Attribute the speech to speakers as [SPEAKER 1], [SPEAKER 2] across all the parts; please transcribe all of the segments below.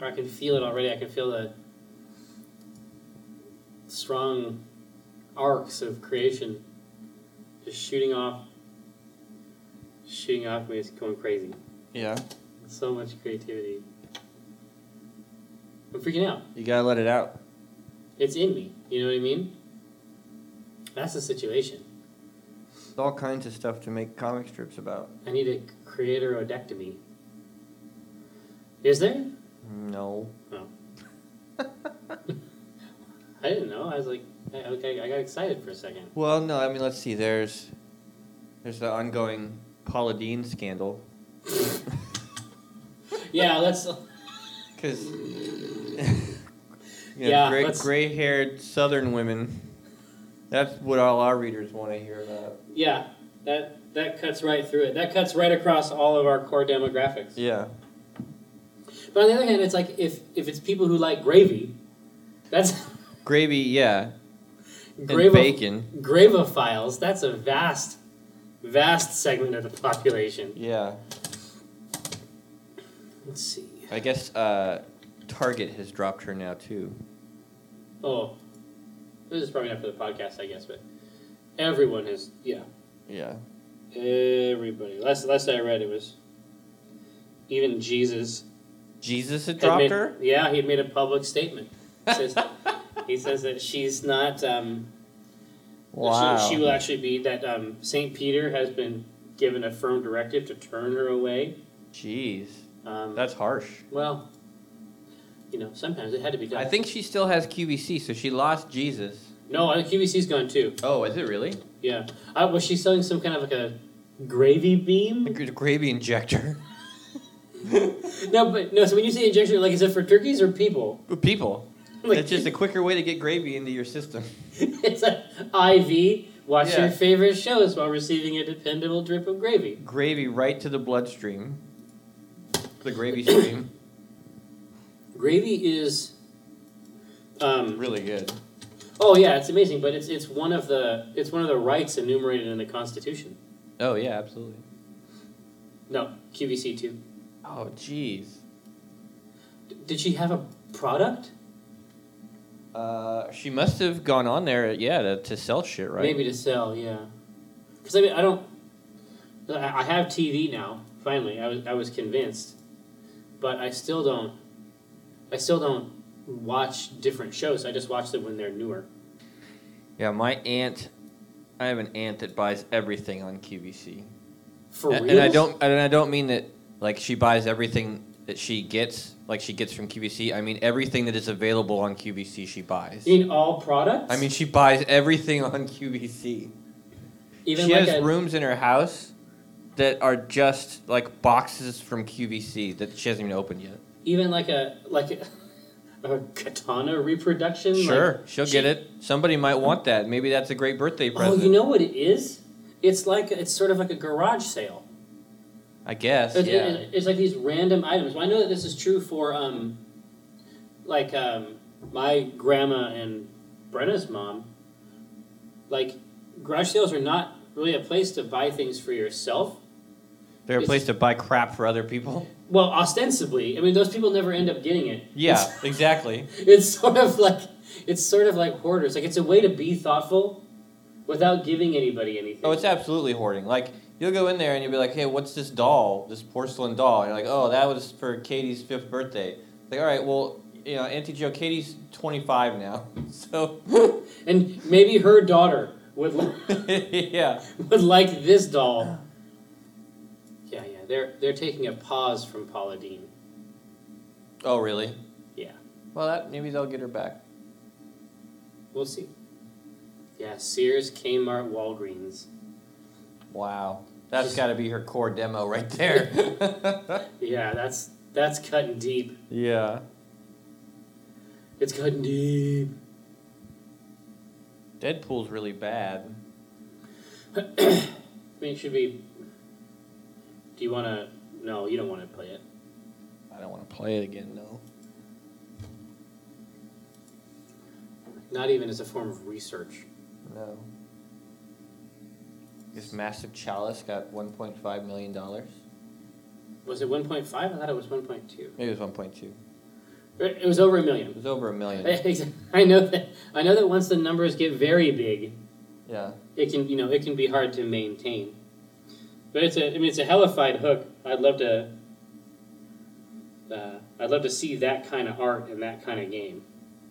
[SPEAKER 1] Or I can feel it already. I can feel the strong arcs of creation just shooting off, shooting off me. It's going crazy.
[SPEAKER 2] Yeah.
[SPEAKER 1] So much creativity. I'm freaking out.
[SPEAKER 2] You gotta let it out.
[SPEAKER 1] It's in me. You know what I mean? That's the situation.
[SPEAKER 2] There's all kinds of stuff to make comic strips about.
[SPEAKER 1] I need a creator odectomy. Is there?
[SPEAKER 2] No.
[SPEAKER 1] I didn't know. I was like, I- okay, I got excited for a second.
[SPEAKER 2] Well, no. I mean, let's see. There's, there's the ongoing Paula Dean scandal.
[SPEAKER 1] Yeah, let's.
[SPEAKER 2] Because
[SPEAKER 1] Yeah,
[SPEAKER 2] gray,
[SPEAKER 1] let's-
[SPEAKER 2] gray-haired Southern women. That's what all our readers want to hear about.
[SPEAKER 1] Yeah, that that cuts right through it. That cuts right across all of our core demographics.
[SPEAKER 2] Yeah.
[SPEAKER 1] But on the other hand, it's like if if it's people who like gravy, that's
[SPEAKER 2] Gravy, yeah, and
[SPEAKER 1] grave
[SPEAKER 2] bacon,
[SPEAKER 1] gravophiles. That's a vast, vast segment of the population.
[SPEAKER 2] yeah.
[SPEAKER 1] Let's see.
[SPEAKER 2] I guess uh, Target has dropped her now too.
[SPEAKER 1] Oh, this is probably not for the podcast, I guess, but everyone has yeah.
[SPEAKER 2] Yeah.
[SPEAKER 1] Everybody. Last last I read, it was even Jesus
[SPEAKER 2] Jesus had
[SPEAKER 1] had
[SPEAKER 2] dropped
[SPEAKER 1] made-
[SPEAKER 2] her.
[SPEAKER 1] Yeah, he had made a public statement. He says, he says that she's not. Um, that
[SPEAKER 2] Wow.
[SPEAKER 1] she, she will actually be that um, Saint Peter has been given a firm directive to turn her away.
[SPEAKER 2] Jeez,
[SPEAKER 1] Um,
[SPEAKER 2] that's harsh.
[SPEAKER 1] well, you know, sometimes it had to be done.
[SPEAKER 2] I think she still has QVC, so she lost Jesus.
[SPEAKER 1] no, uh, I think QVC's gone too.
[SPEAKER 2] Oh, is it really?
[SPEAKER 1] Yeah, uh, was she selling some kind of like a gravy beam?
[SPEAKER 2] The gra- gravy injector.
[SPEAKER 1] No, but no. So when you say injection, like is it for turkeys or people?
[SPEAKER 2] People.
[SPEAKER 1] Like,
[SPEAKER 2] That's just a quicker way to get gravy into your system.
[SPEAKER 1] it's an IV. Watch
[SPEAKER 2] Yeah.
[SPEAKER 1] your favorite shows while receiving a dependable drip of gravy.
[SPEAKER 2] Gravy right to the bloodstream. The gravy stream.
[SPEAKER 1] Gravy is. Um,
[SPEAKER 2] really good.
[SPEAKER 1] oh yeah, it's amazing, but it's it's one of the it's one of the rights enumerated in the Constitution.
[SPEAKER 2] Oh yeah, absolutely.
[SPEAKER 1] No, QVC two.
[SPEAKER 2] Oh jeez.
[SPEAKER 1] D- did she have a product?
[SPEAKER 2] Uh, she must have gone on there, yeah, to, to sell shit, right?
[SPEAKER 1] Maybe to sell, yeah. Because I mean, I don't. I I have TV now. Finally, I was I was convinced, but I still don't. I still don't watch different shows. I just watch them when they're newer.
[SPEAKER 2] Yeah, my aunt. I have an aunt that buys everything on QVC.
[SPEAKER 1] For
[SPEAKER 2] and,
[SPEAKER 1] real.
[SPEAKER 2] and I don't and I don't mean that like she buys everything that she gets like she gets from QVC. I mean everything that is available on QVC she buys.
[SPEAKER 1] You mean all products?
[SPEAKER 2] I mean she buys everything on QVC.
[SPEAKER 1] even
[SPEAKER 2] she
[SPEAKER 1] like
[SPEAKER 2] has
[SPEAKER 1] a,
[SPEAKER 2] rooms in her house that are just like boxes from QVC that she hasn't even opened yet.
[SPEAKER 1] even like a like a, a katana reproduction. like-
[SPEAKER 2] Sure, she'll
[SPEAKER 1] she-
[SPEAKER 2] get it. Somebody might want that. Maybe that's a great birthday
[SPEAKER 1] oh,
[SPEAKER 2] present.
[SPEAKER 1] you know what it is? It's like it's sort of like a garage sale.
[SPEAKER 2] I guess.
[SPEAKER 1] It's,
[SPEAKER 2] yeah.
[SPEAKER 1] it- it's like these random items. Well, I know that this is true for um, like um, my grandma and Brenna's mom. Like, garage sales are not really a place to buy things for yourself.
[SPEAKER 2] They're a
[SPEAKER 1] it's-
[SPEAKER 2] place to buy crap for other people.
[SPEAKER 1] Well, ostensibly, I mean, those people never end up getting it.
[SPEAKER 2] Yeah, exactly.
[SPEAKER 1] it's sort of like it's sort of like hoarders. Like it's a way to be thoughtful without giving anybody anything.
[SPEAKER 2] Oh, it's absolutely hoarding. Like you'll go in there and you'll be like, "Hey, what's this doll? This porcelain doll?" And you're like, "Oh, that was for Katie's fifth birthday." Like, all right, well, you know, Auntie Joe, Katie's 25 now, so
[SPEAKER 1] and maybe her daughter would li-
[SPEAKER 2] yeah,
[SPEAKER 1] would like this doll. Yeah, yeah. They're they're taking a pause from Paula Dean.
[SPEAKER 2] Oh, really?
[SPEAKER 1] Yeah.
[SPEAKER 2] Well, that maybe they'll get her back.
[SPEAKER 1] We'll see. Yeah, Sears, Kmart, Walgreens.
[SPEAKER 2] Wow, that's got to be her core demo right there.
[SPEAKER 1] Yeah, that's that's cutting deep.
[SPEAKER 2] yeah.
[SPEAKER 1] It's cutting deep.
[SPEAKER 2] Deadpool's really bad.
[SPEAKER 1] I mean, it should be. Do you want to? No, you don't want to play it.
[SPEAKER 2] I don't want to play it again, no.
[SPEAKER 1] Not even as a form of research.
[SPEAKER 2] No. This massive chalice got 1.5 million dollars.
[SPEAKER 1] Was it 1.5? I thought it was 1.2.
[SPEAKER 2] Maybe it was 1.2.
[SPEAKER 1] It was over a million.
[SPEAKER 2] It was over a million.
[SPEAKER 1] I know that. I know that once the numbers get very big,
[SPEAKER 2] Yeah.
[SPEAKER 1] it can you know it can be hard to maintain. But it's a I mean it's a hellified hook. I'd love to. Uh, I'd love to see that kind of art and that kind of game.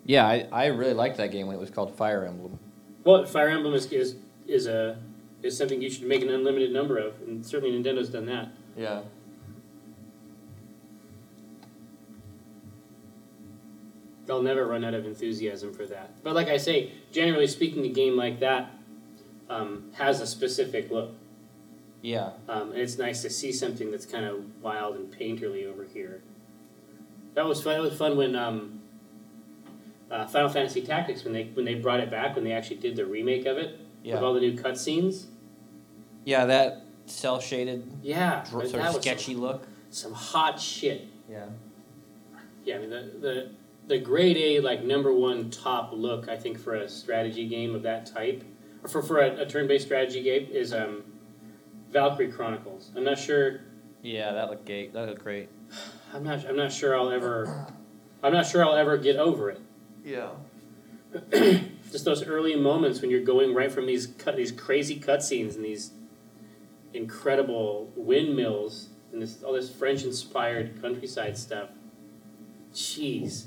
[SPEAKER 2] Yeah, I, I really liked that game when it was called Fire Emblem.
[SPEAKER 1] Well, Fire Emblem is is, is a is something you should make an unlimited number of, and certainly Nintendo's done that.
[SPEAKER 2] Yeah.
[SPEAKER 1] They'll never run out of enthusiasm for that. But like I say, generally speaking, a game like that um, has a specific look.
[SPEAKER 2] Yeah.
[SPEAKER 1] Um, and it's nice to see something that's kind of wild and painterly over here. That was fun. That was fun when um, uh, Final Fantasy Tactics when they when they brought it back when they actually did the remake of it with
[SPEAKER 2] Yeah.
[SPEAKER 1] all the new cutscenes.
[SPEAKER 2] Yeah, that cell shaded,
[SPEAKER 1] Yeah, but
[SPEAKER 2] sort
[SPEAKER 1] that
[SPEAKER 2] of
[SPEAKER 1] was
[SPEAKER 2] sketchy look.
[SPEAKER 1] Some, some hot shit.
[SPEAKER 2] Yeah.
[SPEAKER 1] Yeah, I mean the the the grade A like number one top look I think for a strategy game of that type, or for for a, a turn based strategy game is um, Valkyrie Chronicles. I'm not sure.
[SPEAKER 2] Yeah, that looked great. That looked great.
[SPEAKER 1] I'm not. I'm not sure I'll ever. I'm not sure I'll ever get over it.
[SPEAKER 2] Yeah.
[SPEAKER 1] Just those early moments when you're going right from these cut, these crazy cutscenes and these incredible windmills and this all this French-inspired countryside stuff. Jeez.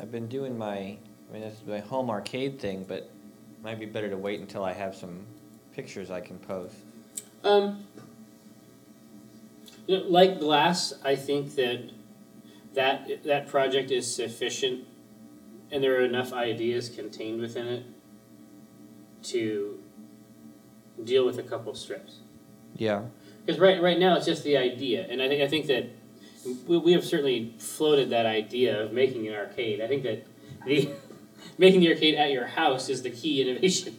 [SPEAKER 2] I've been doing my, I mean, that's my home arcade thing, but it might be better to wait until I have some pictures I can post.
[SPEAKER 1] Um, you know, like Glass, I think that that that project is sufficient, and there are enough ideas contained within it to deal with a couple strips.
[SPEAKER 2] Yeah.
[SPEAKER 1] Because right right now it's just the idea, and I think I think that we, we have certainly floated that idea of making an arcade. I think that the making the arcade at your house is the key innovation.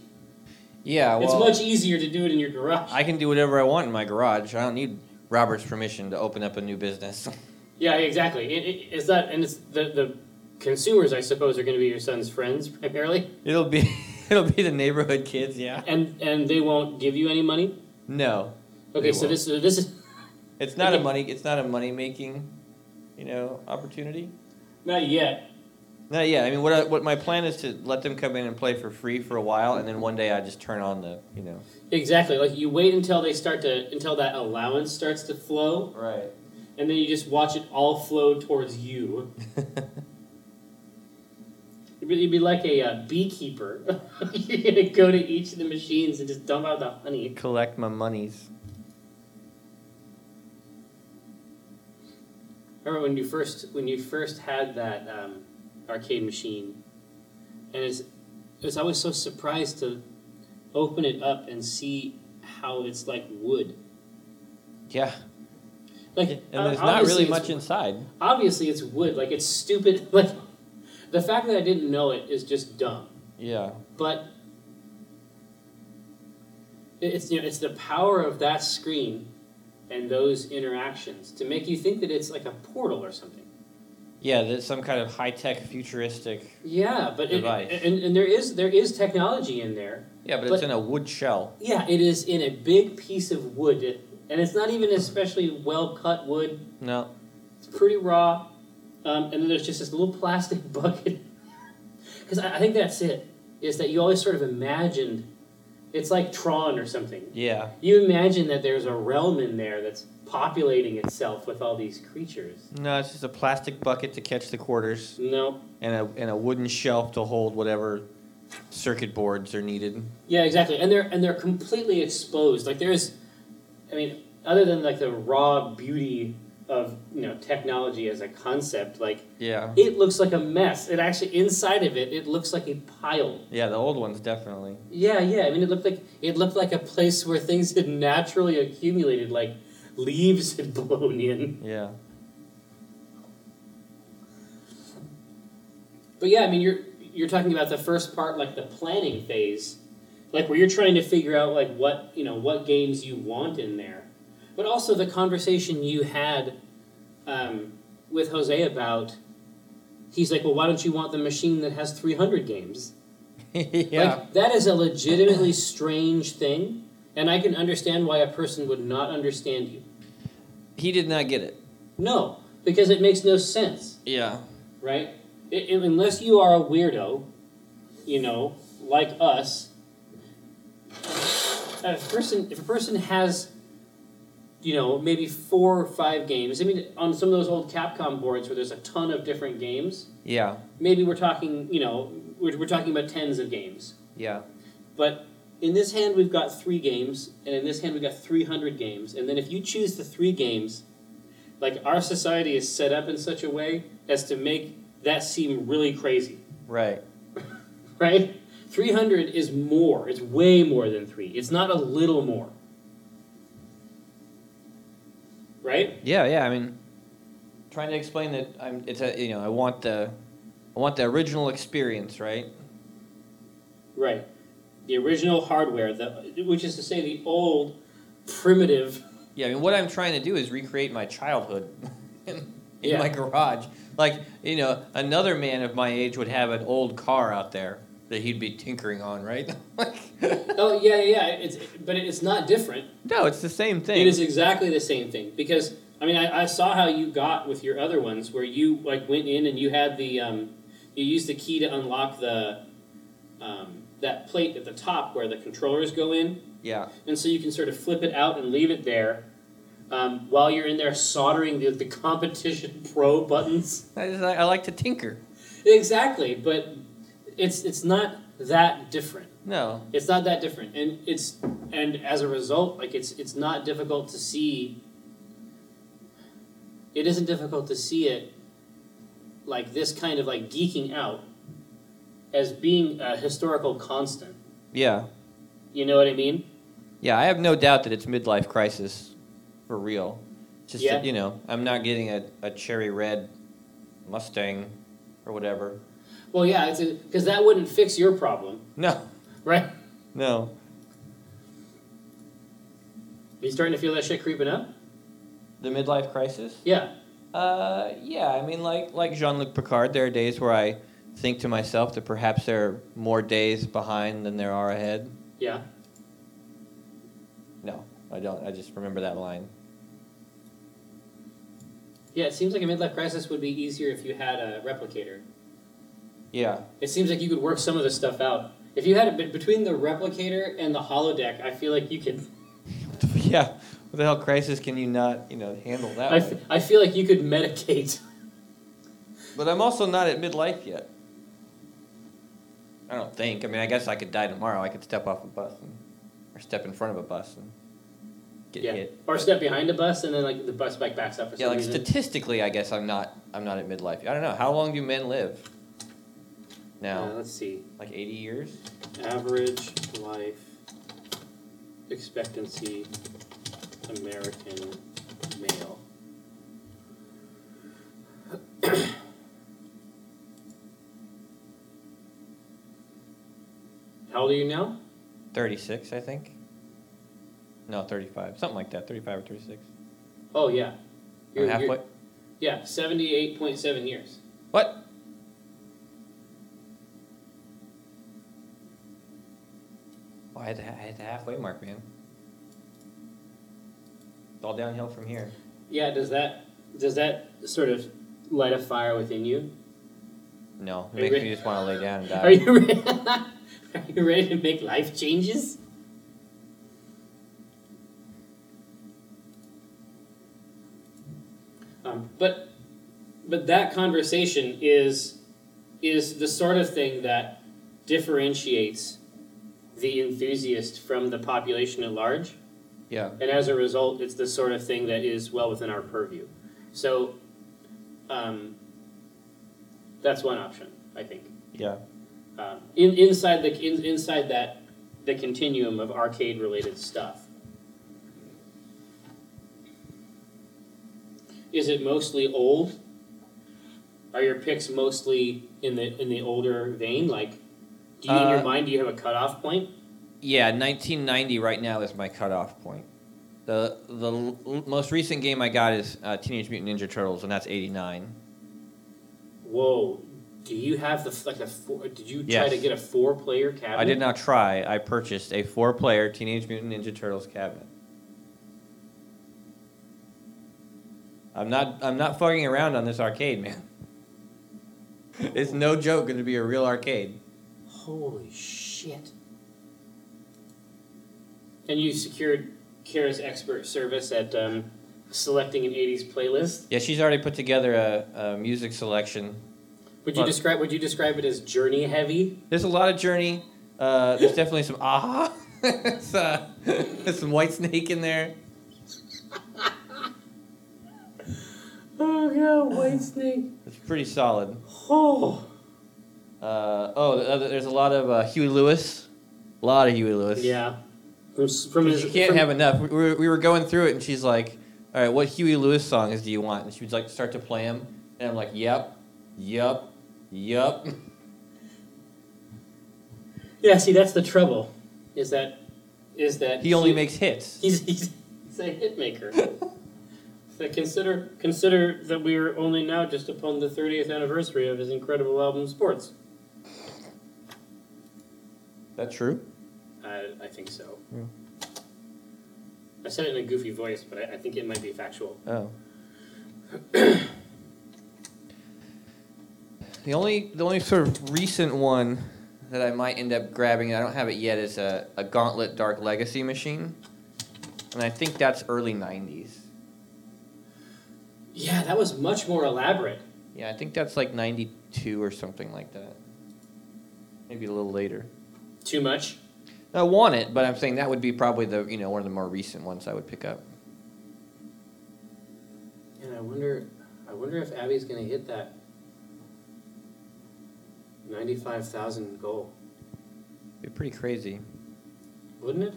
[SPEAKER 2] Yeah, well.
[SPEAKER 1] it's much easier to do it in your garage.
[SPEAKER 2] I can do whatever I want in my garage. I don't need Robert's permission to open up a new business.
[SPEAKER 1] Yeah, exactly. It, it, it's that, and it's the the consumers, I suppose, are going to be your son's friends primarily,
[SPEAKER 2] it'll be it'll be the neighborhood kids, yeah.
[SPEAKER 1] and and they won't give you any money.
[SPEAKER 2] No.
[SPEAKER 1] Okay,
[SPEAKER 2] They
[SPEAKER 1] so
[SPEAKER 2] won't.
[SPEAKER 1] this is this is
[SPEAKER 2] It's not a money it's not a money making, you know, opportunity.
[SPEAKER 1] not yet.
[SPEAKER 2] No, yeah. I mean, what I, what my plan is to let them come in and play for free for a while, and then one day I just turn on the, you know.
[SPEAKER 1] Exactly. Like you wait until they start to until that allowance starts to flow,
[SPEAKER 2] Right.
[SPEAKER 1] and then you just watch it all flow towards you. You'd be, you'd be like a uh, beekeeper. You're gonna go to each of the machines and just dump out the honey.
[SPEAKER 2] Collect my monies.
[SPEAKER 1] Remember when you first when you first had that um, arcade machine, and it's it's always so surprised to open it up and see how it's like wood.
[SPEAKER 2] Yeah.
[SPEAKER 1] Like
[SPEAKER 2] And
[SPEAKER 1] uh,
[SPEAKER 2] there's not
[SPEAKER 1] obviously
[SPEAKER 2] really
[SPEAKER 1] it's-
[SPEAKER 2] much inside.
[SPEAKER 1] Obviously, it's wood. Like it's stupid. Like the fact that I didn't know it is just dumb.
[SPEAKER 2] Yeah.
[SPEAKER 1] But it- it's you know it's the power of that screen and those interactions to make you think that it's like a portal or something.
[SPEAKER 2] Yeah. There's some kind of high tech futuristic.
[SPEAKER 1] Yeah, but it,
[SPEAKER 2] Device.
[SPEAKER 1] and, and there is there is technology in there.
[SPEAKER 2] Yeah, but,
[SPEAKER 1] But-
[SPEAKER 2] it's in a wood shell.
[SPEAKER 1] Yeah, it is in a big piece of wood, and it's not even especially well cut wood.
[SPEAKER 2] No.
[SPEAKER 1] It's pretty raw, um, and then there's just this little plastic bucket. Because I, I think that's it. Is that you always sort of imagined? It's like Tron or something.
[SPEAKER 2] Yeah.
[SPEAKER 1] You imagine that there's a realm in there that's populating itself with all these creatures.
[SPEAKER 2] No, it's just a plastic bucket to catch the quarters.
[SPEAKER 1] No.
[SPEAKER 2] and a and a wooden shelf to hold whatever circuit boards are needed.
[SPEAKER 1] Yeah, exactly. And they're and they're completely exposed. Like there's I mean, other than like the raw beauty of, you know, technology as a concept, like
[SPEAKER 2] Yeah.
[SPEAKER 1] it looks like a mess. It actually inside of it, it looks like a pile.
[SPEAKER 2] Yeah, the old ones definitely.
[SPEAKER 1] Yeah, yeah. I mean, it looked like it looked like a place where things had naturally accumulated like leaves had blown in.
[SPEAKER 2] Yeah.
[SPEAKER 1] But yeah, I mean, you're you're talking about the first part, like the planning phase, like where you're trying to figure out like what you know what games you want in there, but also the conversation you had um, with Jose about. He's like, well, why don't you want the machine that has 300 games?
[SPEAKER 2] yeah.
[SPEAKER 1] Like, that is a legitimately strange thing, and I can understand why a person would not understand you.
[SPEAKER 2] He did not get it.
[SPEAKER 1] No, because it makes no sense.
[SPEAKER 2] Yeah.
[SPEAKER 1] right? It, it- unless you are a weirdo, you know, like us, a person if a person has, you know, maybe four or five games. I mean, on some of those old Capcom boards where there's a ton of different games,
[SPEAKER 2] Yeah.
[SPEAKER 1] maybe we're talking, you know, we're, we're talking about tens of games.
[SPEAKER 2] Yeah.
[SPEAKER 1] But in this hand, we've got three games, and in this hand, we've got 300 games. And then if you choose the three games, like our society is set up in such a way as to make that seem really crazy,
[SPEAKER 2] Right.
[SPEAKER 1] right? 300 is more, it's way more than three. It's not a little more. Right?
[SPEAKER 2] Yeah. Yeah. I mean, trying to explain that I'm. It's a. You know, I want the. I want the original experience, right?
[SPEAKER 1] Right. The original hardware, the, which is to say the old primitive.
[SPEAKER 2] Yeah, I mean, what I'm trying to do is recreate my childhood in, in
[SPEAKER 1] Yeah.
[SPEAKER 2] my garage. Like, you know, another man of my age would have an old car out there that he'd be tinkering on, right? like,
[SPEAKER 1] Oh, yeah, yeah, yeah. It's, but it's not different.
[SPEAKER 2] no, it's the same thing.
[SPEAKER 1] It is exactly the same thing because I mean I, I saw how you got with your other ones where you like went in and you had the um, you used the key to unlock the um, that plate at the top where the controllers go in,
[SPEAKER 2] yeah,
[SPEAKER 1] and so you can sort of flip it out and leave it there. Um, while you're in there soldering the, the competition pro buttons,
[SPEAKER 2] I, just, I, I like to tinker.
[SPEAKER 1] exactly, but it's it's not that different.
[SPEAKER 2] No,
[SPEAKER 1] It's not that different, and it's and as a result, like it's it's not difficult to see. It isn't difficult to see it, like this kind of like geeking out, as being a historical constant.
[SPEAKER 2] yeah,
[SPEAKER 1] You know what I mean?
[SPEAKER 2] yeah. I have no doubt that it's midlife crisis, for real. It's just
[SPEAKER 1] Yeah.
[SPEAKER 2] that you know, I'm not getting a, a cherry red Mustang or whatever.
[SPEAKER 1] Well, yeah, it's because that wouldn't fix your problem,
[SPEAKER 2] No,
[SPEAKER 1] right?
[SPEAKER 2] no.
[SPEAKER 1] Are you starting to feel that shit creeping up?
[SPEAKER 2] The midlife crisis.
[SPEAKER 1] Yeah,
[SPEAKER 2] Uh, yeah, I mean, like like Jean Luc Picard, there are days where I think to myself that perhaps there are more days behind than there are ahead.
[SPEAKER 1] yeah.
[SPEAKER 2] No, I don't. I just remember that line.
[SPEAKER 1] Yeah, it seems like a midlife crisis would be easier if you had a replicator.
[SPEAKER 2] Yeah,
[SPEAKER 1] It seems like you could work some of this stuff out. If you had it be- between the replicator and the holodeck, I feel like you could.
[SPEAKER 2] yeah. What the hell crisis can you not you know handle that?
[SPEAKER 1] I,
[SPEAKER 2] way?
[SPEAKER 1] f- I feel like you could medicate.
[SPEAKER 2] But I'm also not at midlife yet. I don't think. I mean, I guess I could die tomorrow. I could step off a bus and, or step in front of a bus and get
[SPEAKER 1] yeah.
[SPEAKER 2] hit.
[SPEAKER 1] Or step behind a bus and then like the bus bike backs up. For
[SPEAKER 2] Yeah,
[SPEAKER 1] some
[SPEAKER 2] like
[SPEAKER 1] reason.
[SPEAKER 2] statistically, I guess I'm not. I'm not at midlife. I don't know. How long do men live? Now.
[SPEAKER 1] Uh, let's see.
[SPEAKER 2] Like 80 years?
[SPEAKER 1] Average life expectancy American male. How old are you now?
[SPEAKER 2] 36, I think. No, 35. Something like that. 35 or 36.
[SPEAKER 1] Oh yeah,
[SPEAKER 2] I'm
[SPEAKER 1] You're-
[SPEAKER 2] halfway.
[SPEAKER 1] you're- yeah, seventy-eight point seven years.
[SPEAKER 2] What? Oh, I had, the, I had the halfway mark, man. It's all downhill from here.
[SPEAKER 1] Yeah, does that does that sort of light a fire within you?
[SPEAKER 2] No,
[SPEAKER 1] Are
[SPEAKER 2] it
[SPEAKER 1] you
[SPEAKER 2] makes
[SPEAKER 1] re-
[SPEAKER 2] me just want to lay down and die.
[SPEAKER 1] Are you re- are you ready to make life changes? Um, but but that conversation is is the sort of thing that differentiates the enthusiast from the population at large.
[SPEAKER 2] yeah.
[SPEAKER 1] and as a result, it's the sort of thing that is well within our purview. So, um, that's one option, I think.
[SPEAKER 2] Yeah.
[SPEAKER 1] Um, in, inside the in, inside that the continuum of arcade related stuff, is it mostly old? Are your picks mostly in the in the older vein? Like, do you in your
[SPEAKER 2] Uh,
[SPEAKER 1] mind do you have a cutoff point?
[SPEAKER 2] Yeah, 1990 right now is my cutoff point. The, the l- most recent game I got is uh, Teenage Mutant Ninja Turtles, and that's 89.
[SPEAKER 1] Whoa. Do you have the f- like the four? Did you try
[SPEAKER 2] Yes.
[SPEAKER 1] to get a four player cabinet?
[SPEAKER 2] I did not try. I purchased a four-player Teenage Mutant Ninja Turtles cabinet. I'm not I'm not fucking around on this arcade, man. It's no joke going to be a real arcade.
[SPEAKER 1] Holy shit. And you secured Kara's expert service at um, selecting an 80s playlist.
[SPEAKER 2] Yeah, she's already put together a, a music selection.
[SPEAKER 1] Would you
[SPEAKER 2] But-
[SPEAKER 1] describe would you describe it as journey heavy?
[SPEAKER 2] There's a lot of Journey. Uh, there's definitely some Aha. It's, uh, there's some White Snake in there.
[SPEAKER 1] Oh god, White Snake.
[SPEAKER 2] It's pretty solid.
[SPEAKER 1] Oh.
[SPEAKER 2] Uh, oh, the other- there's a lot of uh, Huey Lewis. A lot of Huey Lewis.
[SPEAKER 1] Yeah. From, s- from his,
[SPEAKER 2] you can't
[SPEAKER 1] from-
[SPEAKER 2] have enough. We were, we were going through it, and she's like, "All right, what Huey Lewis songs do you want?" And she was like, "Start to play them," and I'm like, "Yep, yep, yep."
[SPEAKER 1] Yeah, see that's the trouble. Is that is that
[SPEAKER 2] He only
[SPEAKER 1] he-
[SPEAKER 2] makes hits.
[SPEAKER 1] he's, he's he's a hit maker. so consider consider that we are only now just upon the 30th anniversary of his incredible album Sports.
[SPEAKER 2] that true?
[SPEAKER 1] I, I think so.
[SPEAKER 2] Yeah.
[SPEAKER 1] I said it in a goofy voice, but I, I think it might be factual.
[SPEAKER 2] Oh. the only the only sort of recent one that I might end up grabbing, I don't have it yet, is a, a Gauntlet Dark Legacy machine, and I think that's early '90s.
[SPEAKER 1] Yeah, that was much more elaborate.
[SPEAKER 2] Yeah, I think that's like 92 or something like that. Maybe a little later.
[SPEAKER 1] Too much.
[SPEAKER 2] I want it, but I'm saying that would be probably the, you know, one of the more recent ones I would pick up.
[SPEAKER 1] And I wonder, I wonder if Abby's gonna hit that ninety-five thousand goal,
[SPEAKER 2] It'd be pretty crazy.
[SPEAKER 1] wouldn't it?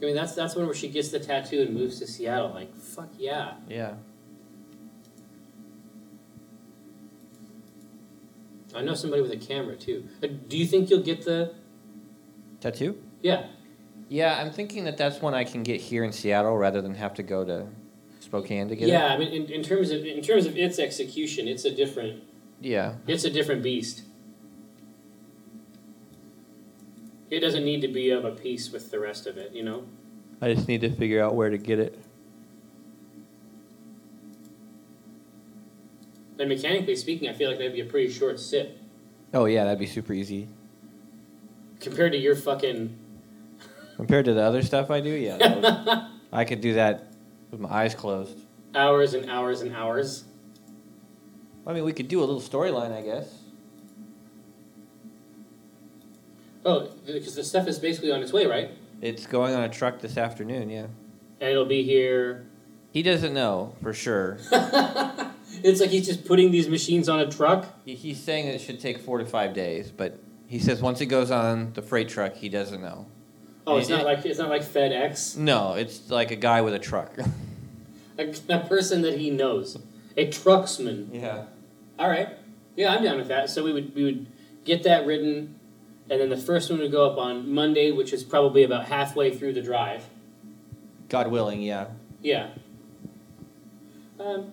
[SPEAKER 1] I mean, that's that's one where she gets the tattoo and moves to Seattle. Like, fuck yeah.
[SPEAKER 2] Yeah.
[SPEAKER 1] I know somebody with a camera too. Uh, Do you think you'll get the?
[SPEAKER 2] Tattoo?
[SPEAKER 1] Yeah,
[SPEAKER 2] Yeah, I'm thinking that that's one I can get here in Seattle rather than have to go to Spokane to get
[SPEAKER 1] yeah.
[SPEAKER 2] it.
[SPEAKER 1] I mean, in, in terms of in terms of its execution, it's a different
[SPEAKER 2] Yeah.
[SPEAKER 1] It's a different beast. It doesn't need to be of a piece with the rest of it, you know?
[SPEAKER 2] I just need to figure out where to get it.
[SPEAKER 1] And mechanically speaking, I feel like that'd be a pretty short sip
[SPEAKER 2] Oh, yeah, that'd be super easy.
[SPEAKER 1] compared to your fucking.
[SPEAKER 2] Compared to the other stuff I do, yeah. that would- I could do that with my eyes closed.
[SPEAKER 1] hours and hours and hours.
[SPEAKER 2] I mean, we could do a little storyline, I guess.
[SPEAKER 1] Oh, because the stuff is basically on its way, right?
[SPEAKER 2] It's going on a truck this afternoon, yeah.
[SPEAKER 1] And it'll be here.
[SPEAKER 2] He doesn't know for sure.
[SPEAKER 1] it's like he's just putting these machines on a truck.
[SPEAKER 2] He, he's saying that it should take four to five days, but he says once it goes on the freight truck, he doesn't know.
[SPEAKER 1] Oh, it's
[SPEAKER 2] Yeah.
[SPEAKER 1] not like it's not like FedEx.
[SPEAKER 2] No, it's like a guy with a truck.
[SPEAKER 1] A, a person that he knows, a trucksman.
[SPEAKER 2] yeah.
[SPEAKER 1] All right. Yeah, I'm down with that. So we would we would get that written, and then the first one would go up on Monday, which is probably about halfway through the drive.
[SPEAKER 2] God willing, yeah.
[SPEAKER 1] Yeah. Um,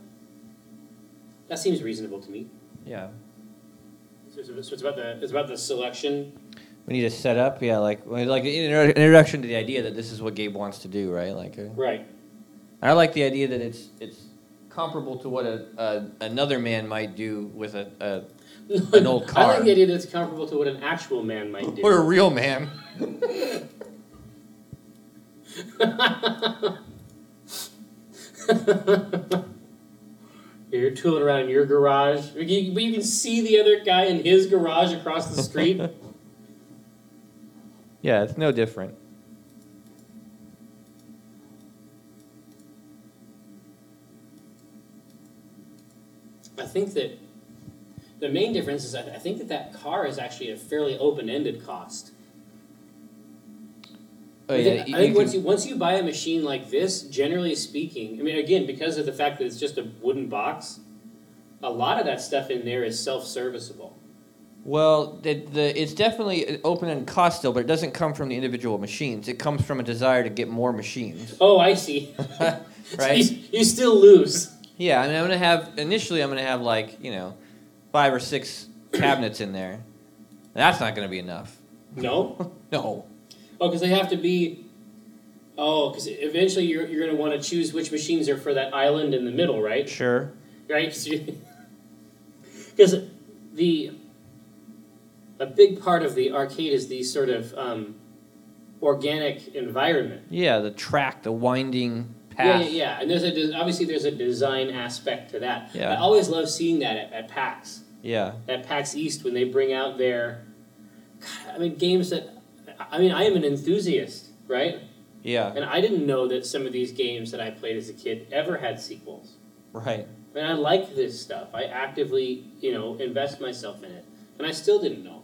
[SPEAKER 1] that seems reasonable to me.
[SPEAKER 2] Yeah.
[SPEAKER 1] So, so it's about the it's about the selection.
[SPEAKER 2] We need a setup, yeah, like well, like an intro- introduction to the idea that this is what Gabe wants to do, right? Like, uh,
[SPEAKER 1] Right.
[SPEAKER 2] I like the idea that it's it's comparable to what a, a another man might do with a, a An old
[SPEAKER 1] I
[SPEAKER 2] car.
[SPEAKER 1] like the idea that it's comparable to what an actual man might do.
[SPEAKER 2] or a real man.
[SPEAKER 1] You're tooling around in your garage, but you, but you can see the other guy in his garage across the street.
[SPEAKER 2] Yeah, it's no different.
[SPEAKER 1] I think that the main difference is I, I think that that car is actually a fairly open-ended cost.
[SPEAKER 2] Oh
[SPEAKER 1] I
[SPEAKER 2] yeah,
[SPEAKER 1] think,
[SPEAKER 2] you-
[SPEAKER 1] I
[SPEAKER 2] you
[SPEAKER 1] think once
[SPEAKER 2] can-
[SPEAKER 1] you once you buy a machine like this, generally speaking, I mean, again, because of the fact that it's just a wooden box, a lot of that stuff in there is self-serviceable.
[SPEAKER 2] Well, the, the, it's definitely open and cost still, but it doesn't come from the individual machines. It comes from a desire to get more machines,
[SPEAKER 1] Oh, I see. So
[SPEAKER 2] right?
[SPEAKER 1] you, you still lose.
[SPEAKER 2] yeah, I mean, I'm gonna have initially, I'm gonna have like you know, five or six cabinets in there. That's not gonna be enough.
[SPEAKER 1] No.
[SPEAKER 2] No.
[SPEAKER 1] Oh, because they have to be. Oh, because eventually you're, you're going to want to choose which machines are for that island in the middle, right?
[SPEAKER 2] Sure.
[SPEAKER 1] Right? Because the a big part of the arcade is the sort of um, organic environment.
[SPEAKER 2] Yeah, the track, the winding
[SPEAKER 1] Yeah,
[SPEAKER 2] path.
[SPEAKER 1] yeah, yeah. And there's a des- obviously there's a design aspect to that.
[SPEAKER 2] Yeah.
[SPEAKER 1] I always love seeing that at, at PAX,
[SPEAKER 2] Yeah.
[SPEAKER 1] at PAX East when they bring out their, God, I mean, games that, I mean, I am an enthusiast, right?
[SPEAKER 2] Yeah.
[SPEAKER 1] And I didn't know that some of these games that I played as a kid ever had sequels.
[SPEAKER 2] Right.
[SPEAKER 1] And I like this stuff. I actively, you know, invest myself in it. And I still didn't know.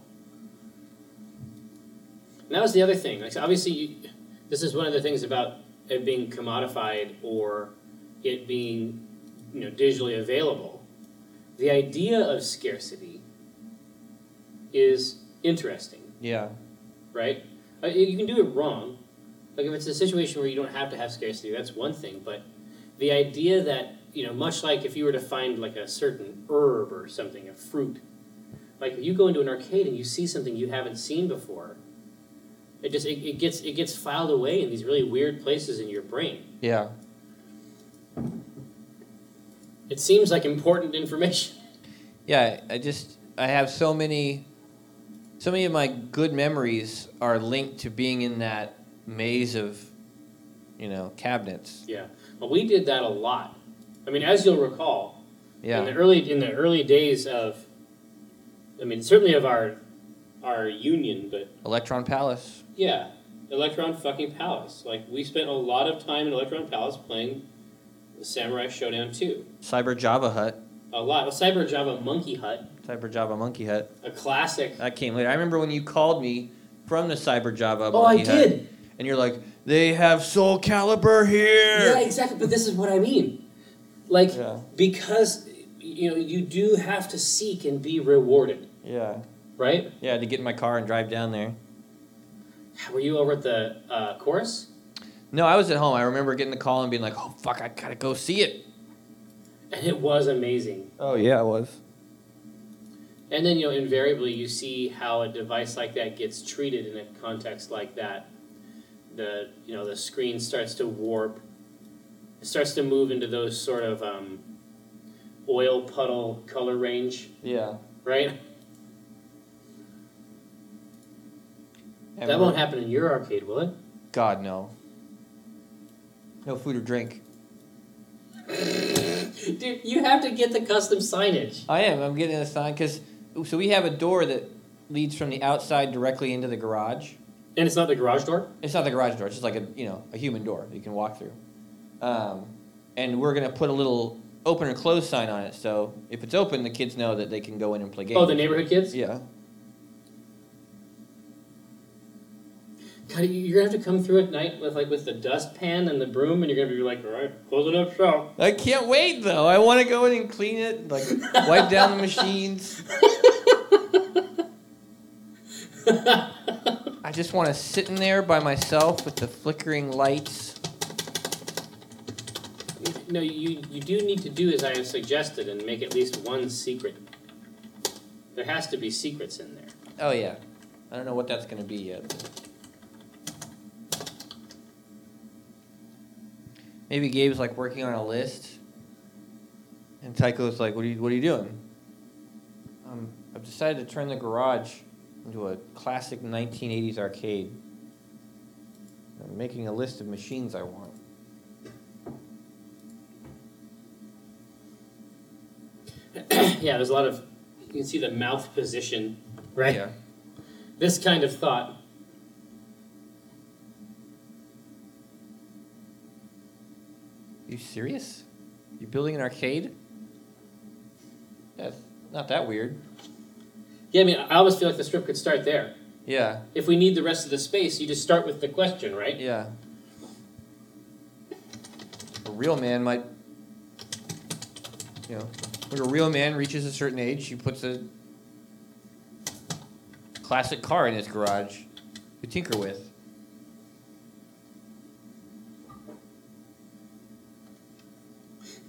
[SPEAKER 1] And that was the other thing. Like, so obviously, you, this is one of the things about it being commodified or it being, you know, digitally available. The idea of scarcity is interesting
[SPEAKER 2] Yeah.
[SPEAKER 1] right? Uh, You you can do it wrong. Like if it's a situation where you don't have to have scarcity, that's one thing. But the idea that you know, much like if you were to find like a certain herb or something, a fruit, like if you go into an arcade and you see something you haven't seen before, it just it, it gets it gets filed away in these really weird places in your brain.
[SPEAKER 2] Yeah.
[SPEAKER 1] It seems like important information.
[SPEAKER 2] Yeah. I just I have so many so many of my good memories are linked to being in that maze of you know, cabinets.
[SPEAKER 1] Yeah, well, we did that a lot. I mean, as you'll recall, in the
[SPEAKER 2] Yeah.
[SPEAKER 1] early in the early days of i mean certainly of our our union but
[SPEAKER 2] Electron Palace.
[SPEAKER 1] yeah electron fucking palace like we spent a lot of time in electron palace playing samurai showdown 2
[SPEAKER 2] Cyber Java Hut.
[SPEAKER 1] a lot cyber java monkey hut
[SPEAKER 2] Cyber Java Monkey Hut.
[SPEAKER 1] a classic
[SPEAKER 2] That came later. I remember when you called me from the Cyber Java
[SPEAKER 1] oh i
[SPEAKER 2] Monkey Hut,
[SPEAKER 1] did
[SPEAKER 2] and you're like, "They have Soul Calibur
[SPEAKER 1] yeah
[SPEAKER 2] here."
[SPEAKER 1] exactly but this is what i mean like
[SPEAKER 2] Yeah.
[SPEAKER 1] because you know you do have to seek and be rewarded
[SPEAKER 2] Yeah.
[SPEAKER 1] right
[SPEAKER 2] Yeah. I had to get in my car and drive down there.
[SPEAKER 1] were you over at the uh, chorus
[SPEAKER 2] No, I was at home. I remember getting the call and being like, "Oh fuck, I gotta go see it."
[SPEAKER 1] and it was amazing
[SPEAKER 2] Oh yeah, I was.
[SPEAKER 1] And then you know, invariably, you see how a device like that gets treated in a context like that. The you know the screen starts to warp, it starts to move into those sort of um, oil puddle color range,
[SPEAKER 2] Yeah.
[SPEAKER 1] right?
[SPEAKER 2] I
[SPEAKER 1] that
[SPEAKER 2] remember-
[SPEAKER 1] won't happen in your arcade, will it?
[SPEAKER 2] God no. No food or drink.
[SPEAKER 1] Dude, you have to get the custom signage.
[SPEAKER 2] I am. I'm getting a sign because so we have a door that leads from the outside directly into the garage.
[SPEAKER 1] And it's not the garage door.
[SPEAKER 2] It's not the garage door. It's just like a you know a human door that you can walk through. Um, and we're gonna put a little open or close sign on it, so if it's open, the kids know that they can go in and play games.
[SPEAKER 1] Oh, the neighborhood kids.
[SPEAKER 2] Yeah.
[SPEAKER 1] God, you- you're gonna have to come through at night with like with the dustpan and the broom, and you're gonna be like, all right, close it up shop.
[SPEAKER 2] I can't wait though. I want to go in and clean it, like wipe down the machines. I just want to sit in there by myself with the flickering lights.
[SPEAKER 1] No, you you do need to do as I have suggested and make at least one secret. There has to be secrets in there.
[SPEAKER 2] Oh yeah, I don't know what that's gonna be yet. Maybe Gabe's like working on a list, and Tycho's like, "What are you What are you doing?" Um, I've decided to turn the garage into a classic 1980s arcade. I'm making a list of machines I want.
[SPEAKER 1] yeah, there's a lot of you can see the mouth position, right?
[SPEAKER 2] Yeah.
[SPEAKER 1] This kind of thought.
[SPEAKER 2] You serious? You building an arcade? That's not that weird.
[SPEAKER 1] Yeah, I mean, I almost feel like the strip could start there.
[SPEAKER 2] Yeah.
[SPEAKER 1] If we need the rest of the space, you just start with the question, right?
[SPEAKER 2] Yeah. A real man might, you know, when a real man reaches a certain age, he puts a classic car in his garage to tinker with.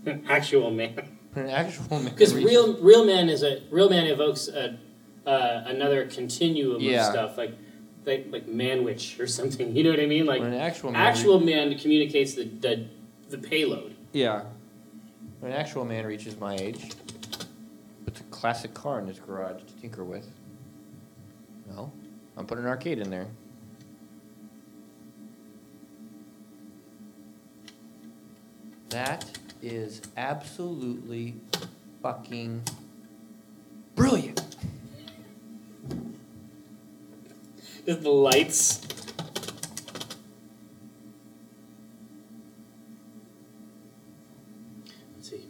[SPEAKER 1] An actual man.
[SPEAKER 2] An actual man.
[SPEAKER 1] Because
[SPEAKER 2] reaches-
[SPEAKER 1] real real man is a real man evokes a uh, another continuum
[SPEAKER 2] Yeah.
[SPEAKER 1] of stuff like like like Manwich or something. You know what I mean? Like
[SPEAKER 2] When an actual man,
[SPEAKER 1] actual man communicates the the, the payload.
[SPEAKER 2] yeah, when an actual man reaches my age, puts a classic car in his garage to tinker with. No, I'm putting an arcade in there. That is absolutely fucking brilliant.
[SPEAKER 1] The lights. Let's see.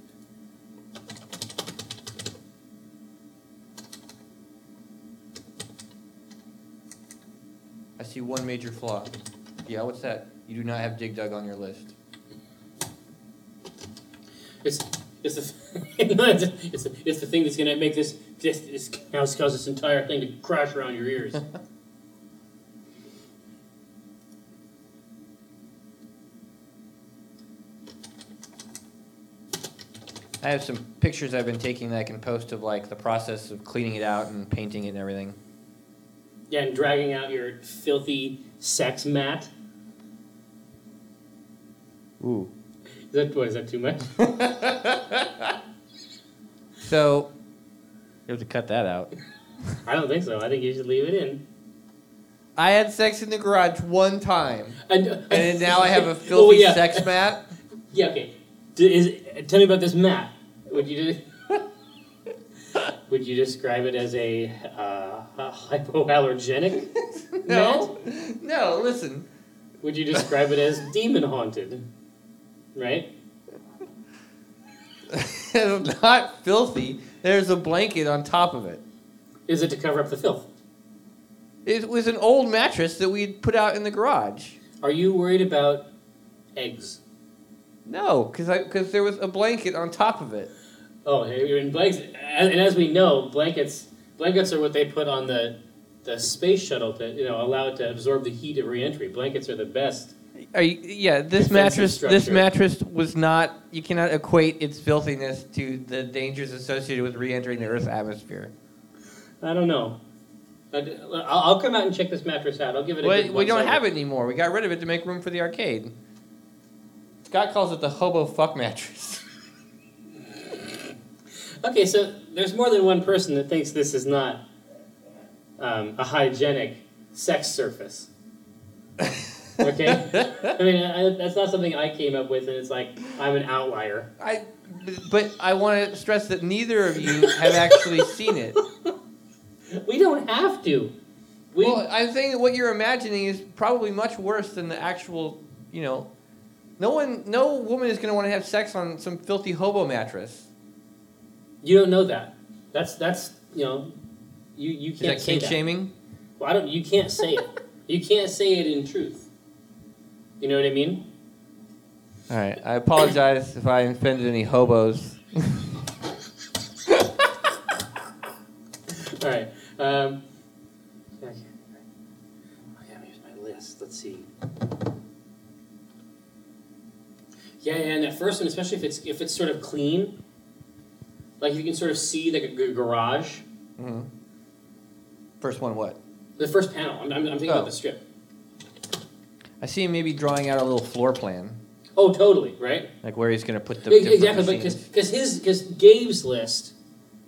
[SPEAKER 2] I see one major flaw. Yeah, what's that? You do not have Dig Dug on your list.
[SPEAKER 1] It's it's the it's the, it's the thing that's gonna make this this this house cause this entire thing to crash around your ears.
[SPEAKER 2] I have some pictures I've been taking that I can post of like the process of cleaning it out and painting it and everything.
[SPEAKER 1] yeah, and dragging out your filthy sex mat.
[SPEAKER 2] Ooh.
[SPEAKER 1] Is that what is that too much?
[SPEAKER 2] So you have to cut that out.
[SPEAKER 1] I don't think so. I think you should leave it in.
[SPEAKER 2] I had sex in the garage one time,
[SPEAKER 1] And,
[SPEAKER 2] and now I have a
[SPEAKER 1] oh,
[SPEAKER 2] filthy
[SPEAKER 1] yeah.
[SPEAKER 2] sex mat.
[SPEAKER 1] Yeah, okay. D- is, tell me about this mat. Would you would you describe it as a uh, hypoallergenic?
[SPEAKER 2] No, no. Listen,
[SPEAKER 1] Would you describe it as demon haunted? Right.
[SPEAKER 2] it's not filthy. There's a blanket on top of it.
[SPEAKER 1] Is it to cover up the filth?
[SPEAKER 2] It was an old mattress that we had put out in the garage.
[SPEAKER 1] Are you worried about eggs?
[SPEAKER 2] No, because because there was a blanket on top of it.
[SPEAKER 1] Oh, you're in blankets. And and as we know, blankets blankets are what they put on the the space shuttle to you know allow it to absorb the heat of reentry. Blankets are the best.
[SPEAKER 2] Are you, yeah, this
[SPEAKER 1] Defensive
[SPEAKER 2] mattress this
[SPEAKER 1] structure.
[SPEAKER 2] mattress was not. You cannot equate its filthiness to the dangers associated with re-entering the Earth's atmosphere.
[SPEAKER 1] I don't know. I'd- I'll, I'll come out and check this mattress out. I'll give it a
[SPEAKER 2] We,
[SPEAKER 1] good
[SPEAKER 2] we
[SPEAKER 1] once
[SPEAKER 2] don't
[SPEAKER 1] over.
[SPEAKER 2] have it anymore. We got rid of it to make room for the arcade. Scott calls it the hobo fuck mattress.
[SPEAKER 1] Okay, so there's more than one person that thinks this is not um, a hygienic sex surface. Okay, I mean I, that's not something I came up with, and it's like I'm an outlier.
[SPEAKER 2] I, but I want to stress that neither of you have actually seen it.
[SPEAKER 1] We don't have to. We
[SPEAKER 2] well, I'm saying that what you're imagining is probably much worse than the actual, you know, no one, no woman is going to want to have sex on some filthy hobo mattress.
[SPEAKER 1] you don't know that. That's that's you know you you
[SPEAKER 2] Is
[SPEAKER 1] can't
[SPEAKER 2] that
[SPEAKER 1] say
[SPEAKER 2] kink
[SPEAKER 1] that.
[SPEAKER 2] shaming?
[SPEAKER 1] Well, I don't. You can't say it. you can't say it in truth. You know what I mean?
[SPEAKER 2] All right, I apologize if I offended any hobos.
[SPEAKER 1] All right. Um, okay. Okay, Oh, here's my list. Let's see. Yeah, yeah, and that first one, especially if it's if it's sort of clean, like you can sort of see like a g- garage.
[SPEAKER 2] Mhm. First one, what?
[SPEAKER 1] The first panel. I'm, I'm, I'm thinking
[SPEAKER 2] Oh.
[SPEAKER 1] about the strip.
[SPEAKER 2] I see him maybe drawing out a little floor plan,
[SPEAKER 1] Oh, totally. Right.
[SPEAKER 2] like where he's going to put the
[SPEAKER 1] Yeah,
[SPEAKER 2] different
[SPEAKER 1] exactly. Because
[SPEAKER 2] machines.
[SPEAKER 1] because his because Gabe's list,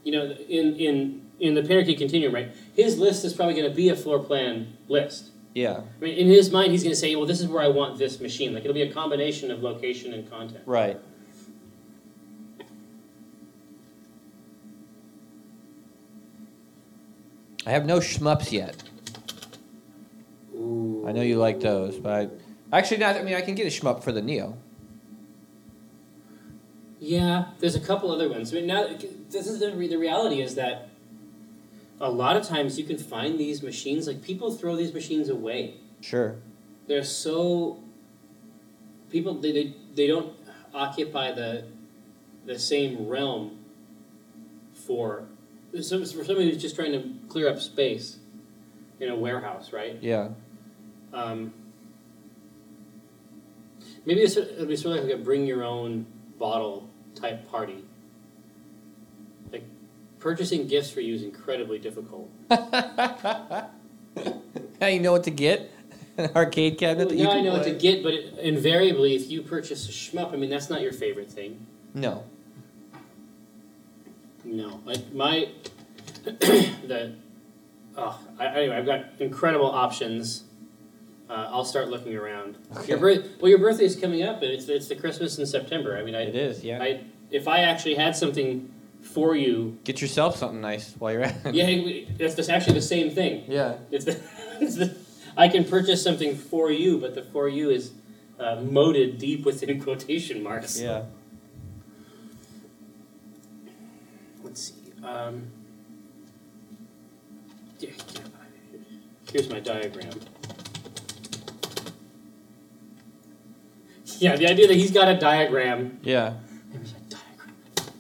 [SPEAKER 1] you know, in in in the Panarchy continuum, right? His list is probably going to be a floor plan list.
[SPEAKER 2] Yeah,
[SPEAKER 1] I mean, in his mind, he's going to say, "Well, this is where I want this machine." Like it'll be a combination of location and content.
[SPEAKER 2] right. I have no shmups yet.
[SPEAKER 1] Ooh.
[SPEAKER 2] I know you like those, but I, actually, not. I mean, I can get a shmup for the Neo.
[SPEAKER 1] Yeah, there's a couple other ones. I mean, now this is the, the reality is that a lot of times you can find these machines. Like people throw these machines away.
[SPEAKER 2] Sure.
[SPEAKER 1] They're so people they they, they don't occupy the the same realm for so for somebody who's just trying to clear up space in a warehouse, right?
[SPEAKER 2] Yeah.
[SPEAKER 1] Um, maybe this would it'd be sort of like a bring your own bottle type party. Like purchasing gifts for you is incredibly difficult.
[SPEAKER 2] I now you know what to get. An arcade cabinet.
[SPEAKER 1] Well,
[SPEAKER 2] that you
[SPEAKER 1] now I
[SPEAKER 2] can
[SPEAKER 1] know what
[SPEAKER 2] play.
[SPEAKER 1] to get, but it, invariably, if you purchase a shmup, I mean, that's not your favorite thing.
[SPEAKER 2] No.
[SPEAKER 1] No, like my the oh I, anyway, I've got incredible options. Uh, I'll start looking around.
[SPEAKER 2] Okay.
[SPEAKER 1] Your birth, well, your birthday's coming up, and it's it's the Christmas in September. I mean, I,
[SPEAKER 2] It is. Yeah.
[SPEAKER 1] I if I actually had something for you,
[SPEAKER 2] get yourself something nice while you're at it.
[SPEAKER 1] yeah, we- that's, that's actually the same thing.
[SPEAKER 2] Yeah.
[SPEAKER 1] It's the, it's the I can purchase something for you, but the for you is uh, moded deep within quotation marks.
[SPEAKER 2] Yeah.
[SPEAKER 1] Let's see. Um, yeah, yeah, here's my diagram. Yeah, the idea that he's got a diagram.
[SPEAKER 2] Yeah.
[SPEAKER 1] There's a diagram.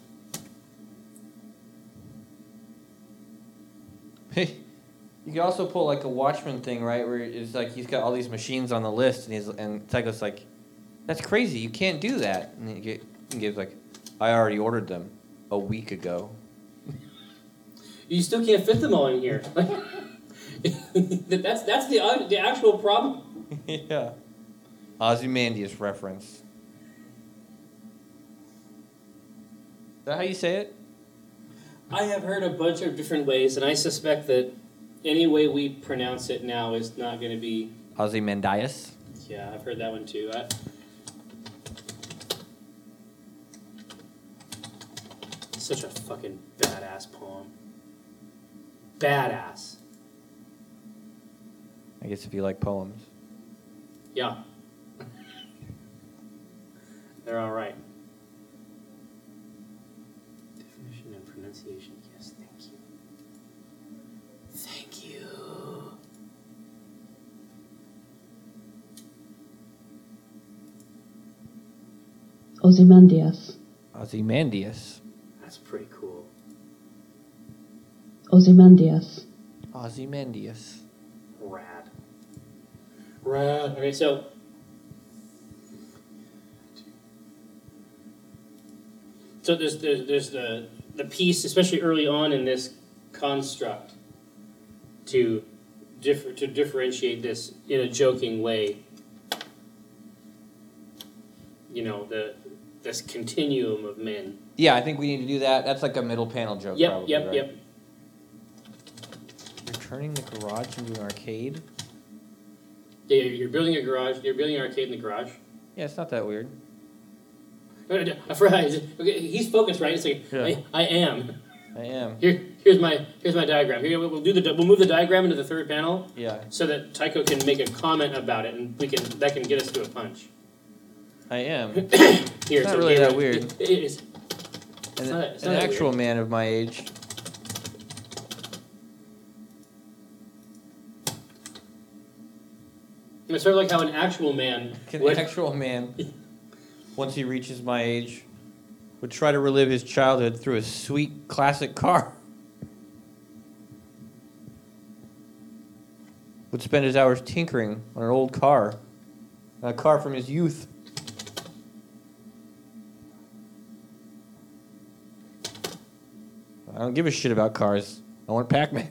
[SPEAKER 2] you can also pull like a Watchman thing, right? Where it's like he's got all these machines on the list, and he's and Tycho's like, "That's crazy! You can't do that." And he gi- he gives like, "I already ordered them a week ago."
[SPEAKER 1] You still can't fit them all in here. That- that's that's the un, the actual problem.
[SPEAKER 2] yeah. Ozymandias reference. Is that how you say it?
[SPEAKER 1] I have heard a bunch of different ways, and I suspect that any way we pronounce it now is not going to be.
[SPEAKER 2] Ozymandias.
[SPEAKER 1] Yeah, I've heard that one too. I, such a fucking badass poem. Badass.
[SPEAKER 2] I guess if you like poems.
[SPEAKER 1] Yeah. They're all right. Definition and pronunciation. Yes, thank you. Thank you.
[SPEAKER 3] Ozymandias.
[SPEAKER 2] Ozymandias.
[SPEAKER 1] That's pretty cool.
[SPEAKER 3] Ozymandias.
[SPEAKER 2] Ozymandias.
[SPEAKER 1] Rad. Rad. Okay, so. So there's, there's, there's the, the piece, especially early on in this construct, to, differ, to differentiate this in a joking way. You know, the, this continuum of men.
[SPEAKER 2] Yeah, I think we need to do that. That's like a middle panel joke.
[SPEAKER 1] Yep,
[SPEAKER 2] probably,
[SPEAKER 1] yep,
[SPEAKER 2] right?
[SPEAKER 1] yep.
[SPEAKER 2] You're turning the garage into an arcade?
[SPEAKER 1] Yeah, you're you're building a garage, you're building an arcade in the garage.
[SPEAKER 2] Yeah, it's not that weird.
[SPEAKER 1] I forgot. Okay, he's focused, right? It's like
[SPEAKER 2] Yeah.
[SPEAKER 1] I, I am.
[SPEAKER 2] I am.
[SPEAKER 1] Here, here's my here's my diagram. Here we'll do the we'll move the diagram into the third panel
[SPEAKER 2] Yeah,
[SPEAKER 1] so that Tycho can make a comment about it, and we can that can get us to a punch.
[SPEAKER 2] I am. An,
[SPEAKER 1] Here,
[SPEAKER 2] It's not
[SPEAKER 1] so
[SPEAKER 2] really
[SPEAKER 1] here-
[SPEAKER 2] that weird.
[SPEAKER 1] it- it is. It's not- it's
[SPEAKER 2] an
[SPEAKER 1] not that
[SPEAKER 2] actual man of my age.
[SPEAKER 1] It's sort of like how an actual man
[SPEAKER 2] An
[SPEAKER 1] would.
[SPEAKER 2] actual man, once he reaches my age, would try to relive his childhood through a sweet classic car. Would spend his hours tinkering on an old car, a car from his youth. I don't give a shit about cars. I want Pac Man.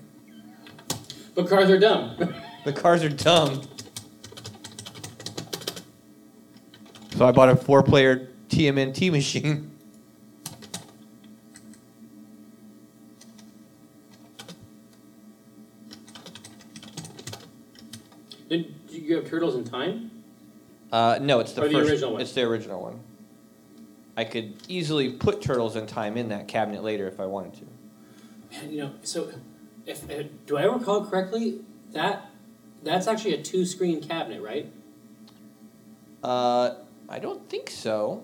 [SPEAKER 1] But cars are dumb.
[SPEAKER 2] The cars are dumb. So I bought a four player TMNT machine.
[SPEAKER 1] Did you have turtles in time?
[SPEAKER 2] Uh, no, it's the
[SPEAKER 1] Or the
[SPEAKER 2] first,
[SPEAKER 1] original one.
[SPEAKER 2] It's the original one. I could easily put Turtles in Time in that cabinet later if I wanted to.
[SPEAKER 1] Man, you know. So, if uh, do I recall correctly, that that's actually a two screen cabinet, right?
[SPEAKER 2] Uh, I don't think so.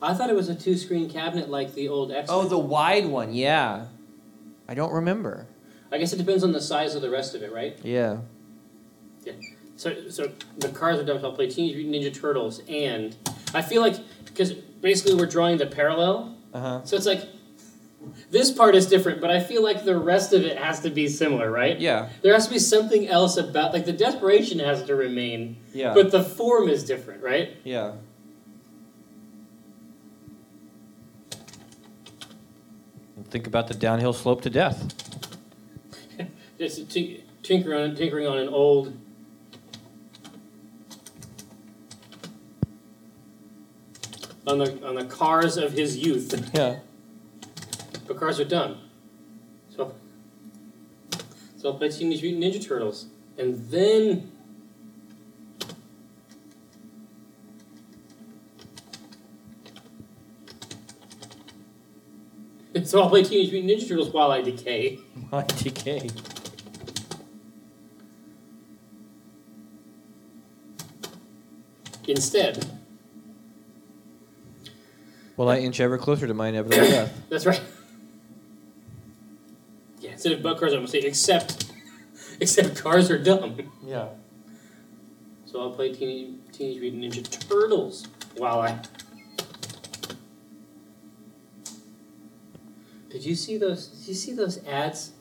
[SPEAKER 1] I thought it was a two screen cabinet like the old X.
[SPEAKER 2] Oh, the wide one, yeah. I don't remember.
[SPEAKER 1] I guess it depends on the size of the rest of it, right?
[SPEAKER 2] Yeah.
[SPEAKER 1] So, so the cars are dumb. So I'll play Teenage Mutant Ninja Turtles, and I feel like because basically we're drawing the parallel,
[SPEAKER 2] Uh huh.
[SPEAKER 1] so it's like this part is different, but I feel like the rest of it has to be similar, right?
[SPEAKER 2] Yeah,
[SPEAKER 1] There has to be something else about like the desperation has to remain,
[SPEAKER 2] yeah,
[SPEAKER 1] but the form is different, right?
[SPEAKER 2] yeah. And think about the downhill slope to death.
[SPEAKER 1] Just to, tinkering on, tinkering on an old. On the on the cars of his youth,
[SPEAKER 2] Yeah.
[SPEAKER 1] but cars are done. So, so I'll play Teenage Mutant Ninja Turtles, and then so I'll play Teenage Mutant Ninja Turtles while I decay.
[SPEAKER 2] My decay.
[SPEAKER 1] Instead,
[SPEAKER 2] Well, I inch ever closer to my inevitable death.
[SPEAKER 1] that's right. Yeah, instead of butt cars, I'm gonna say except, except cars are dumb.
[SPEAKER 2] Yeah.
[SPEAKER 1] So I'll play Teenage, Teenage Mutant Ninja Turtles while I. Did you see those? Did you see those ads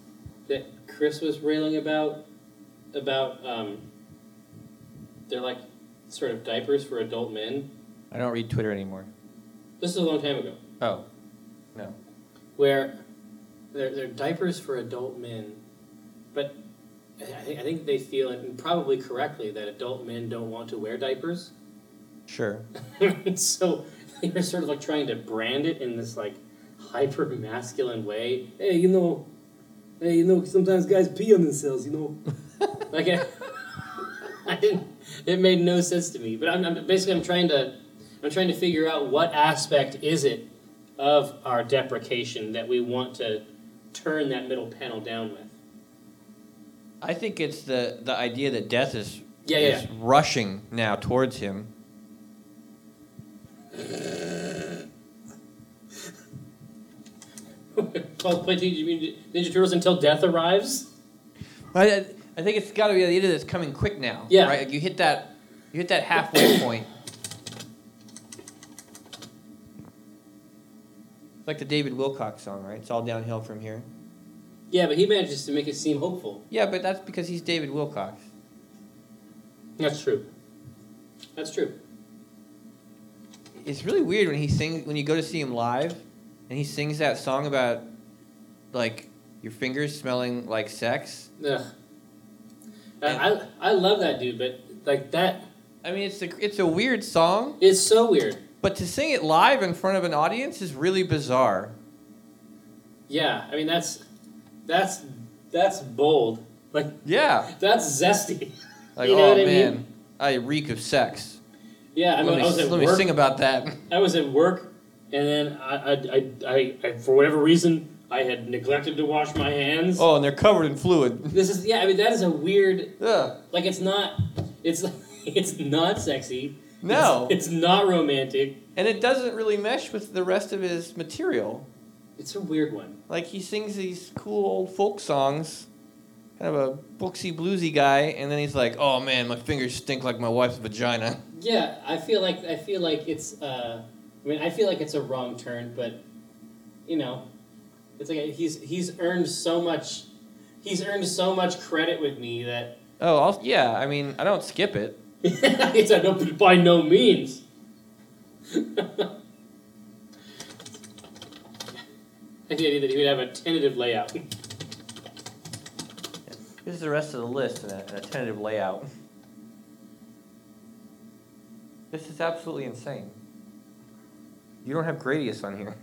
[SPEAKER 1] that Chris was railing about? About um, they're like sort of diapers for adult men.
[SPEAKER 2] I don't read Twitter anymore.
[SPEAKER 1] This is a long time ago,
[SPEAKER 2] Oh.
[SPEAKER 1] where they're, they're diapers for adult men, but I, I think I think they feel and probably correctly that adult men don't want to wear diapers.
[SPEAKER 2] Sure.
[SPEAKER 1] so they were sort of like trying to brand it in this like hyper masculine way. Hey, you know, hey, you know, sometimes guys pee on themselves, you know. like, I, I didn't. It made no sense to me. But I'm, I'm basically I'm trying to I'm trying to figure out what aspect is it of our deprecation that we want to turn that middle panel down with.
[SPEAKER 2] I think it's the the idea that death is
[SPEAKER 1] Yeah, yeah.
[SPEAKER 2] is rushing now towards him.
[SPEAKER 1] Well, play Teenage Mutant Ninja Turtles until death arrives.
[SPEAKER 2] I, I I think it's got to be the idea that it's coming quick now.
[SPEAKER 1] Yeah.
[SPEAKER 2] Right. Like you hit that you hit that halfway point. It's like the David Wilcox song, right? It's all downhill from here.
[SPEAKER 1] Yeah, but he manages to make it seem hopeful.
[SPEAKER 2] Yeah, but that's because he's David Wilcox.
[SPEAKER 1] That's true. That's true.
[SPEAKER 2] It's really weird when he sings when you go to see him live, and he sings that song about like your fingers smelling like sex.
[SPEAKER 1] Ugh. I, I I love that dude, but like that,
[SPEAKER 2] I mean, it's a it's a weird song,
[SPEAKER 1] it's so weird.
[SPEAKER 2] but to sing it live in front of an audience is really bizarre.
[SPEAKER 1] Yeah, I mean that's that's that's bold. Like
[SPEAKER 2] Yeah,
[SPEAKER 1] that's zesty.
[SPEAKER 2] like
[SPEAKER 1] You know
[SPEAKER 2] oh
[SPEAKER 1] what I
[SPEAKER 2] man,
[SPEAKER 1] mean?
[SPEAKER 2] I reek of sex.
[SPEAKER 1] Yeah, I, mean,
[SPEAKER 2] let me,
[SPEAKER 1] I was at
[SPEAKER 2] let me
[SPEAKER 1] work.
[SPEAKER 2] sing about that.
[SPEAKER 1] I was at work, and then I I, I, I I for whatever reason I had neglected to wash my hands.
[SPEAKER 2] Oh, and they're covered in fluid.
[SPEAKER 1] This is yeah. I mean that is a weird.
[SPEAKER 2] Yeah.
[SPEAKER 1] Like it's not. It's it's not sexy.
[SPEAKER 2] No,
[SPEAKER 1] It's, it's not romantic.
[SPEAKER 2] and it doesn't really mesh with the rest of his material.
[SPEAKER 1] It's a weird one.
[SPEAKER 2] Like he sings these cool old folk songs, kind of a booksy bluesy guy, and then he's like, "Oh man, my fingers stink like my wife's vagina."
[SPEAKER 1] Yeah, I feel like I feel like it's. Uh, I mean, I feel like it's a wrong turn, but you know, it's like he's he's earned so much. He's earned so much credit with me that
[SPEAKER 2] Oh, I'll, yeah. I mean, I don't skip it.
[SPEAKER 1] it's like, no, by no means. I had the idea that he would have a tentative layout.
[SPEAKER 2] Here's the rest of the list in a, in a tentative layout. This is absolutely insane. You don't have Gradius on here.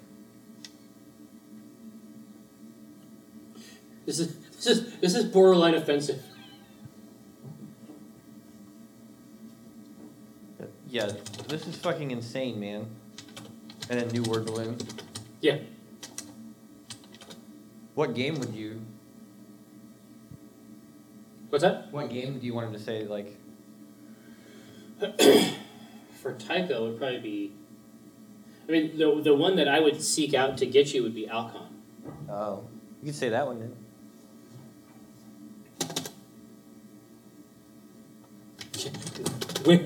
[SPEAKER 1] This is this is this is borderline offensive.
[SPEAKER 2] Yeah, this is fucking insane, man. And a new word balloon.
[SPEAKER 1] Yeah.
[SPEAKER 2] What game would you?
[SPEAKER 1] What's that?
[SPEAKER 2] What game do you want him to say? Like,
[SPEAKER 1] For Tycho, it would probably be. I mean, the the one that I would seek out to get you would be Alcon.
[SPEAKER 2] oh, you could say that one then.
[SPEAKER 1] Where,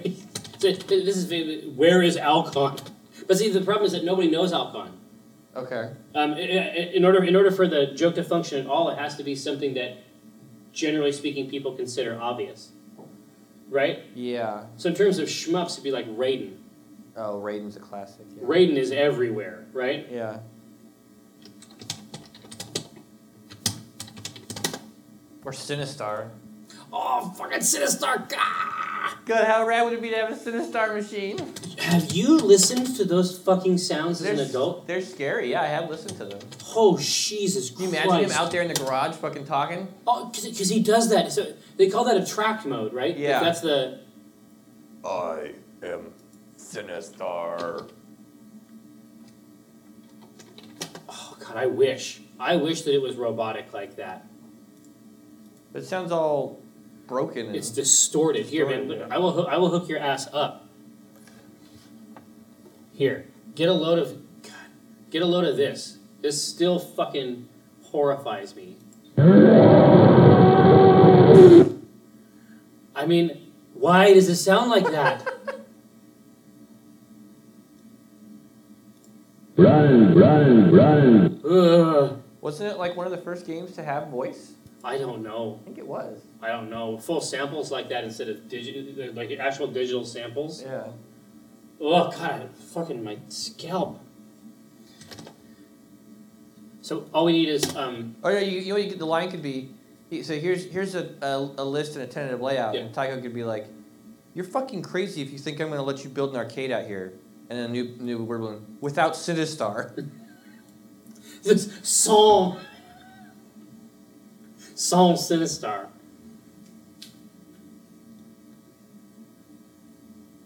[SPEAKER 1] so this is where is Alcon? But see, the problem is that nobody knows Alcon.
[SPEAKER 2] Okay.
[SPEAKER 1] Um, i- i- in order in order for the joke to function at all, it has to be something that, generally speaking, people consider obvious, right?
[SPEAKER 2] Yeah.
[SPEAKER 1] So in terms of shmups, it'd be like Raiden.
[SPEAKER 2] Oh, Raiden's a classic. Yeah.
[SPEAKER 1] Raiden is everywhere, right?
[SPEAKER 2] Yeah. Or Sinistar.
[SPEAKER 1] Oh, fucking Sinistar! Gah!
[SPEAKER 2] God, how rad would it be to have a Sinistar machine?
[SPEAKER 1] Have you listened to those fucking sounds as
[SPEAKER 2] They're,
[SPEAKER 1] an
[SPEAKER 2] s-
[SPEAKER 1] adult?
[SPEAKER 2] they're scary. Yeah, I have listened to them.
[SPEAKER 1] Oh, Jesus
[SPEAKER 2] Can you
[SPEAKER 1] Christ.
[SPEAKER 2] imagine him out there in the garage fucking talking?
[SPEAKER 1] Oh, because he does that. So they call that attract mode, right? Like,
[SPEAKER 2] Yeah.
[SPEAKER 1] that's the.
[SPEAKER 2] I am Sinistar.
[SPEAKER 1] Oh God, I wish. I wish that it was robotic like that.
[SPEAKER 2] It sounds all broken. And
[SPEAKER 1] It's distorted. Here, man.
[SPEAKER 2] Distorted, yeah.
[SPEAKER 1] I will. hoo- I will hook your ass up. Here, get a load of. God, get a load of this. This still fucking horrifies me. I mean, why does it sound like that?
[SPEAKER 4] Run, run, run.
[SPEAKER 1] Ugh,
[SPEAKER 2] Wasn't it like one of the first games to have voice?
[SPEAKER 1] I don't know.
[SPEAKER 2] I think it was.
[SPEAKER 1] I don't know. Full samples like that instead of digital, like actual digital samples.
[SPEAKER 2] Yeah.
[SPEAKER 1] Oh god, fucking my scalp. So all we need is um
[SPEAKER 2] Oh yeah, you, you know you could, the line could be, he- so here's here's a, a, a list and a tentative layout, and Tycho could be like, "You're fucking crazy if you think I'm gonna let you build an arcade out here." And a new new word balloon without Sinistar.
[SPEAKER 1] this song song Sinistar.